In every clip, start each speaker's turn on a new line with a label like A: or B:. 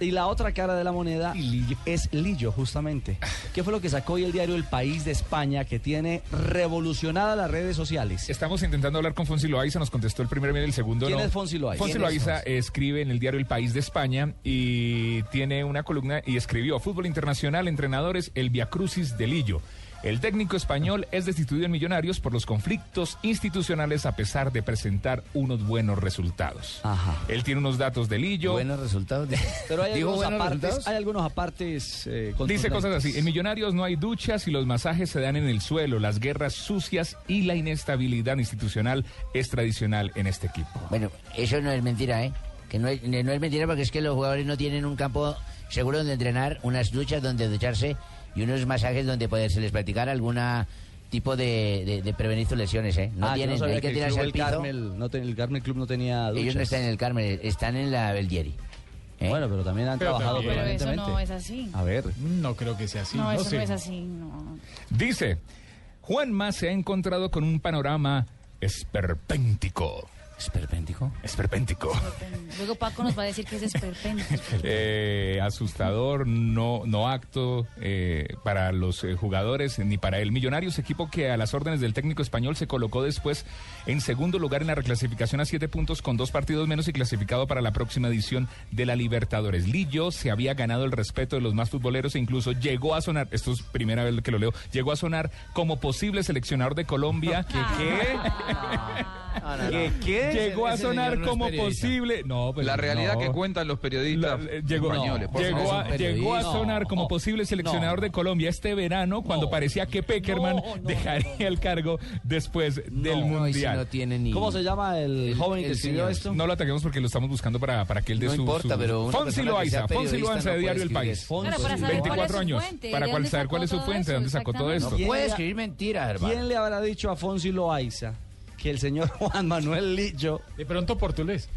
A: Y la otra cara de la moneda es Lillo, justamente.
B: Ah.
A: ¿Qué fue lo que sacó hoy el diario El País de España que tiene revolucionadas las redes sociales?
B: Estamos intentando hablar con Fonsi Loaiza, nos contestó el primer mail, el segundo
A: ¿Quién
B: no.
A: es Fonsi Loaiza?
B: Fonsi
A: ¿Quién es
B: Loaiza escribe en el diario El País de España y tiene una columna y escribió Fútbol Internacional, entrenadores, el viacrucis de Lillo. El técnico español es destituido en Millonarios por los conflictos institucionales a pesar de presentar unos buenos resultados.
A: Ajá.
B: Él tiene unos datos de Lillo.
C: Buenos resultados. dice.
A: Pero hay
C: ¿Dijo
A: algunos
C: buenos
A: apartes,
C: resultados?
A: hay algunos apartes eh,
B: Dice
A: contundentes.
B: cosas así. En Millonarios no hay duchas y los masajes se dan en el suelo. Las guerras sucias y la inestabilidad institucional es tradicional en este equipo.
C: Bueno, eso no es mentira, ¿eh? Que no es, no es mentira porque es que los jugadores no tienen un campo seguro donde entrenar, unas duchas donde ducharse y unos masajes donde poderse les practicar alguna tipo de, de- de prevenir sus lesiones, ¿eh? No
A: Ah, yo
C: tienen,
A: sabía
C: hay que
A: el
C: tirarse
A: club
C: al
A: El
C: piso.
A: Carmel, no ten- el Carmel Club no tenía duchas.
C: Ellos no están en el Carmen, están en la Belgieri. ¿eh?
A: Bueno, pero también han
B: Pero
A: trabajado
B: también.
D: Pero eso
A: permanentemente.
D: no es así.
A: A ver,
E: No creo que sea así.
D: no, eso
E: sé.
D: no es así. No.
B: Dice, Juanma se ha encontrado con un panorama esperpéntico.
C: ¿Esperpéntico?
B: Esperpéntico.
D: Luego Paco nos va a decir que es esperpento.
B: Eh, asustador, no, no acto eh, para los eh, jugadores ni para el Millonarios, equipo que a las órdenes del técnico español se colocó después en segundo lugar en la reclasificación a siete puntos con dos partidos menos y clasificado para la próxima edición de la Libertadores. Lillo se había ganado el respeto de los más futboleros e incluso llegó a sonar, esto es primera vez que lo leo, llegó a sonar como posible seleccionador de Colombia.
A: ¿Qué,
B: que Llegó a
E: ese señor
B: sonar
E: no es
B: como
E: periodista.
B: posible. No, pues,
F: La realidad
B: no.
F: que cuentan los
B: La-
F: periodistas
B: eh, llegó,
F: españoles. por
B: llegó
F: favor.
B: a, llegó a sonar como posible seleccionador de Colombia este verano cuando parecía que Peckerman dejaría el cargo después del Mundial. No,
C: tiene ni...
A: ¿Cómo se llama el, joven que escribió esto?
B: lo ataquemos porque lo estamos buscando para, para que él dé
F: No
B: su...
F: importa,
B: su-
F: pero una
B: Fonsi
F: persona que
B: Loaiza,
F: sea
B: Fonsi
F: periodista
B: Loaiza
F: no
B: de Diario
F: puede
B: El
F: escribir
B: País.
F: eso.
A: Fonsi.
D: Claro, para saber cuál es
B: 24
D: su
B: años.
D: fuente,
B: Para
D: ¿de
B: cuál-
D: dónde
B: saber cuál es su
D: sacó todo
B: fuente,
D: eso?
B: dónde sacó todo esto.
D: Exactamente.
A: No,
C: Puede escribir mentiras, hermano.
A: ¿Quién le habrá dicho a Fonsi Loaiza que el señor Juan Manuel Lillo
E: De pronto portugués.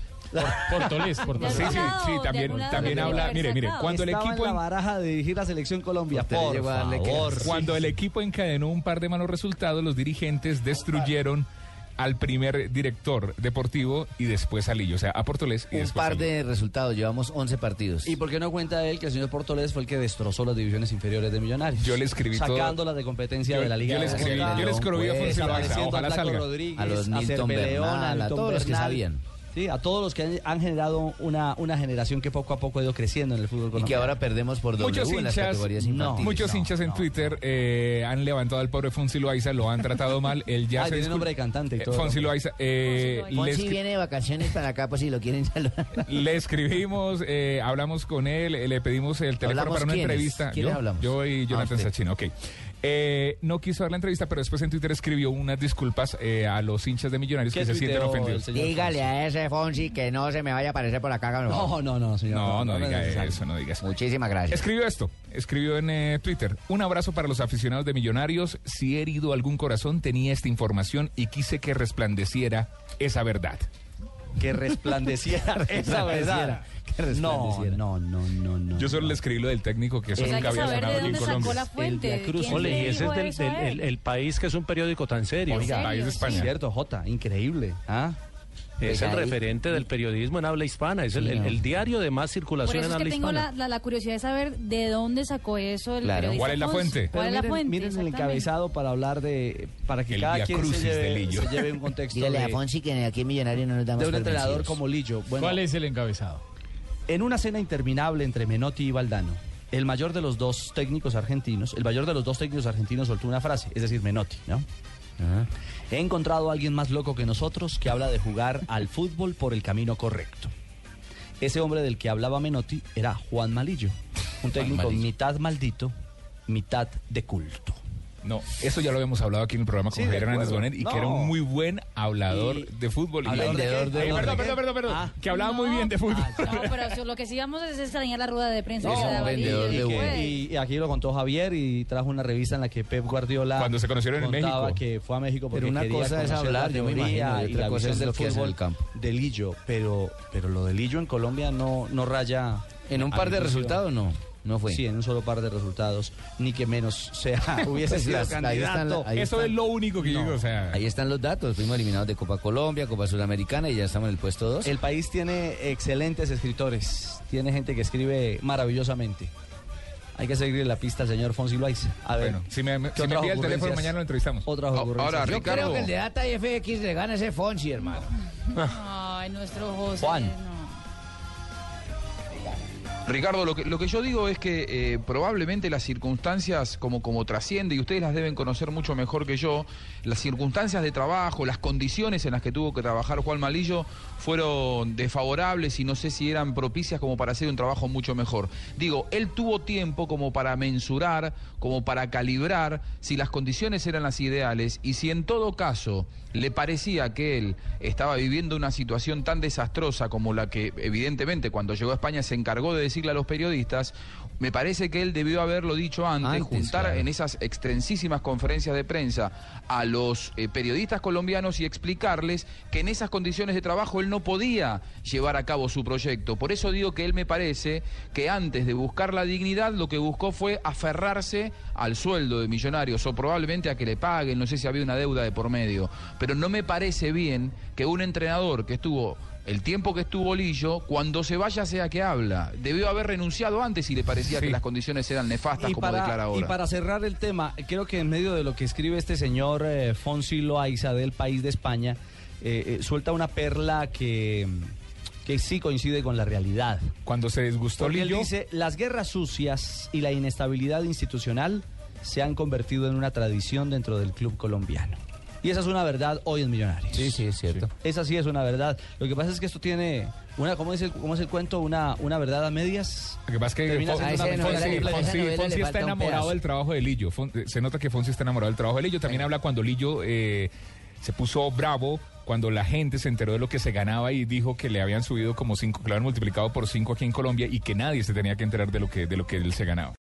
E: Portolés, portolés.
B: Sí, sí, sí,
D: lado,
B: también,
D: de algún
B: también
D: lado
B: habla...
D: debe
B: Mire,
D: haber
B: mire,
D: sacado.
B: cuando el
A: estaba
B: equipo...
A: en
B: en-
A: la baraja de dirigir la selección Colombia?
C: Usted
A: Por
C: llegó a darle
A: favor.
C: clase.
B: Cuando el equipo encadenó un par de malos resultados, los dirigentes destruyeron al primer director deportivo y después a Lillo, o sea, a Portolés y
C: Un
B: después a
C: par
B: Lillo.
C: de resultados, llevamos 11 partidos.
A: ¿Y por qué no cuenta él que el señor Portolés fue el que destrozó las divisiones inferiores de Millonarios?
B: Yo le escribí todo.
A: Sacándolas de competencia
B: Yo-
A: de la Liga
B: yo le
A: de
B: escribí-
A: Bogotá,
B: yo le escribí a
A: pues,
B: Fonsi Loaiza,
A: apareciendo
B: ojalá
A: a Flaco
B: salga.
A: Rodríguez,
C: A los
A: a
C: Nilton
A: Cerveleón,
C: Bernal, a
A: Nilton
C: todos los que
A: Bernal.
C: sabían.
A: Sí, a todos los que han, han generado una, una generación que poco a poco ha ido creciendo en el fútbol
C: Y
A: colombiano.
C: que ahora perdemos por W
B: Muchos
C: en las
B: hinchas-
C: categorías
A: no,
C: infantiles.
B: Muchos
A: No,
B: hinchas en
A: no.
B: Twitter eh, han levantado al pobre Fonsi Loaiza, lo han tratado mal. Él ya
A: Ah,
B: se
A: tiene
B: discul-
A: nombre de cantante y
B: Eh,
A: todo.
B: Fonsi Loaiza. eh,
D: Fonsi
B: le,
C: Fonsi
B: escri-
C: viene de vacaciones para acá, pues si lo quieren saludar.
B: le escribimos, eh, hablamos con él, eh, le pedimos el teléfono
C: ¿Hablamos
B: para una
C: quiénes?
B: entrevista.
C: ¿Quiénes
B: yo,
C: hablamos?
B: yo y
C: Ah,
B: Jonathan
C: usted.
B: Sachin, ok. Eh, no quiso dar la entrevista, pero después en Twitter escribió unas disculpas eh, a los hinchas de Millonarios
A: ¿Qué
B: que se sienten
A: tuiteó el
B: ofendidos.
A: señor Fonsi?
C: Dígale a ese Fonsi que no se me vaya a aparecer por acá, cabrón.
A: No, no, no, señor.
B: No, no,
A: es
B: diga
A: necesario.
B: eso, no diga eso.
C: Muchísimas gracias.
B: Escribió esto, escribió en eh, Twitter. Un abrazo para los aficionados de Millonarios. Si he herido algún corazón, tenía esta información y quise que resplandeciera esa verdad.
A: Que resplandeciera esa verdad.
C: Que
A: No,
C: resplandeciera.
A: no, no, no, no.
B: Yo solo le escribí lo del técnico que eso
D: Pues hay
B: nunca
D: que
B: había
D: saber
B: sonado
D: de
B: aquí en
D: dónde sacó
B: Colombia.
D: la fuente.
A: Veracruz.
D: ¿Quién
G: Ole,
D: le
G: y ese
D: dijo
G: es del,
D: eso
G: del-
D: a él?
G: el, el país, que es un periódico tan serio.
C: Pues,
B: Oiga,
D: serio?
B: país de España.
A: Cierto, Jota, increíble. ¿ah?
G: es
C: Oiga,
G: el
C: pues ahí-
G: referente del periodismo en habla hispana. Es el,
C: Sí,
G: el-
C: no.
G: el diario de más
D: Por
G: circulación
D: eso
G: en
D: es que
G: habla
D: tengo la,
G: hispana.
D: la- la curiosidad de saber de dónde sacó eso el
C: Claro.
D: periodista
B: ¿Cuál es la
D: Fonsi.
B: fuente?
D: ¿Cuál es la
A: miren,
D: fuente?
A: miren el
D: Exactamente.
A: encabezado para hablar de. para que
B: El
A: cada
B: Via
A: quien se
B: Crucis de
A: lleve,
B: Lillo.
A: se lleve un contexto.
C: Dígale
A: de,
C: a Fonsi que aquí en Millonarios no nos damos
A: de un
C: por
A: entrenador
C: vencidos.
A: como Lillo. Bueno,
E: ¿Cuál es el encabezado?
A: En una cena interminable entre Menotti y Valdano, el mayor de los dos técnicos argentinos, el mayor de los dos técnicos argentinos soltó una frase, es decir, Menotti, ¿no? He encontrado a alguien más loco que nosotros que habla de jugar al fútbol por el camino correcto. Ese hombre del que hablaba Menotti era Juan Malillo, un técnico mitad maldito, mitad de culto.
B: No, eso ya lo habíamos hablado aquí en el programa con
A: Sí, de
B: Javier Hernández
A: acuerdo.
B: Bonet y que era
A: No.
B: un muy buen hablador
A: Y-
B: de fútbol. y-
A: ¿Hablador de qué?
B: Eh,
A: ¿Hablador de
B: perdón,
A: qué?
B: perdón, perdón, perdón.
A: Ah.
B: Que hablaba muy
D: No. Ah,
B: bien de fútbol.
D: No, pero eso, lo que sí vamos a hacer es extrañar la rueda de prensa.
C: No,
D: que se daba ahí,
C: vendedor de
D: que-
C: humo.
A: Y, y aquí lo contó Javier y trajo una revista en la que Pep Guardiola
B: Cuando se conocieron en
A: contaba
B: México.
A: que fue a México porque
C: Pero una
A: quería
C: cosa es
A: conocer la
C: hablar, yo me
A: teoría
C: imagino, y
A: y
C: otra
A: la
C: cosa
A: visión
C: es
A: del
C: lo que hace en
A: fútbol
C: el campo.
A: de Lillo, pero pero lo de Lillo en Colombia no no raya
C: En un par de
A: al inicio.
C: resultados no, no fue.
A: Sí, en un solo par de resultados, ni que menos sea hubiese sido
C: Pues Las- ahí están la-
A: candidato.
C: ahí
B: Eso
C: están-
B: es lo único que yo digo. O sea,
C: Ahí están los datos. Fuimos eliminados de Copa Colombia, Copa Sudamericana y ya estamos en el puesto 2.
A: El país tiene excelentes escritores, tiene gente que escribe maravillosamente. Hay que seguir la pista al señor Fonsi Loaiza. A ver,
B: bueno, si me, me-
A: ¿qué
B: si me
A: otras
B: envía el teléfono,
A: ocurrencias?
B: mañana lo entrevistamos.
A: Otras ocurrencias.
F: ahora,
C: Yo creo
F: Ricardo.
C: que el de Data y FX le gana ese Fonchi, hermano.
D: pues. Ay, nuestro José.
A: Juan.
D: no.
F: Ricardo, lo que, lo que yo digo es que eh, probablemente las circunstancias, como, como trasciende, y ustedes las deben conocer mucho mejor que yo, las circunstancias de trabajo, las condiciones en las que tuvo que trabajar Juan Malillo fueron desfavorables y no sé si eran propicias como para hacer un trabajo mucho mejor. Digo, él tuvo tiempo como para mensurar, como para calibrar si las condiciones eran las ideales y si en todo caso le parecía que él estaba viviendo una situación tan desastrosa como la que evidentemente cuando llegó a España se encargó de decirle a los periodistas, me parece que él debió haberlo dicho antes,
C: Antes,
F: juntar
C: claro.
F: en esas extensísimas conferencias de prensa a los eh, periodistas colombianos y explicarles que en esas condiciones de trabajo él no podía llevar a cabo su proyecto. Por eso digo que él me parece que antes de buscar la dignidad lo que buscó fue aferrarse al sueldo de millonarios o probablemente a que le paguen, no sé si había una deuda de por medio. Pero no me parece bien que un entrenador que estuvo el tiempo que estuvo Lillo, cuando se vaya sea que habla. Debió haber renunciado antes si le parecía que las condiciones eran nefastas,
A: Y
F: como declara
A: para, y
F: ahora.
A: para cerrar el tema, creo que en medio de lo que escribe este señor eh, Fonsi Loaiza del país de España, eh, eh, suelta una perla que, que sí coincide con la realidad.
B: Cuando se desgustó
A: Porque él
B: Lillo,
A: dice, las guerras sucias y la inestabilidad institucional se han convertido en una tradición dentro del club colombiano. Y esa es una verdad hoy en Millonarios.
C: Sí, sí, es cierto.
A: Esa sí es una verdad. Lo que pasa es que esto tiene una, ¿cómo es el, cómo es el cuento? Una, una verdad a medias.
B: Lo que pasa es que
A: Termina
B: Fon-
C: siendo
B: Fonsi-
C: una novela
B: Fonsi-
C: completa.
B: Fonsi-
C: Esa novela
B: Fonsi
C: le
B: está
C: falta un
B: enamorado
C: pedazo.
B: del trabajo de Lillo. Fon- eh, Se nota que Fonsi está enamorado del trabajo de Lillo. También habla cuando Lillo eh, se puso bravo, cuando la gente se enteró de lo que se ganaba y dijo que le habían subido como cinco, que lo habían multiplicado por cinco aquí en Colombia y que nadie se tenía que enterar de lo que, de lo que él se ganaba.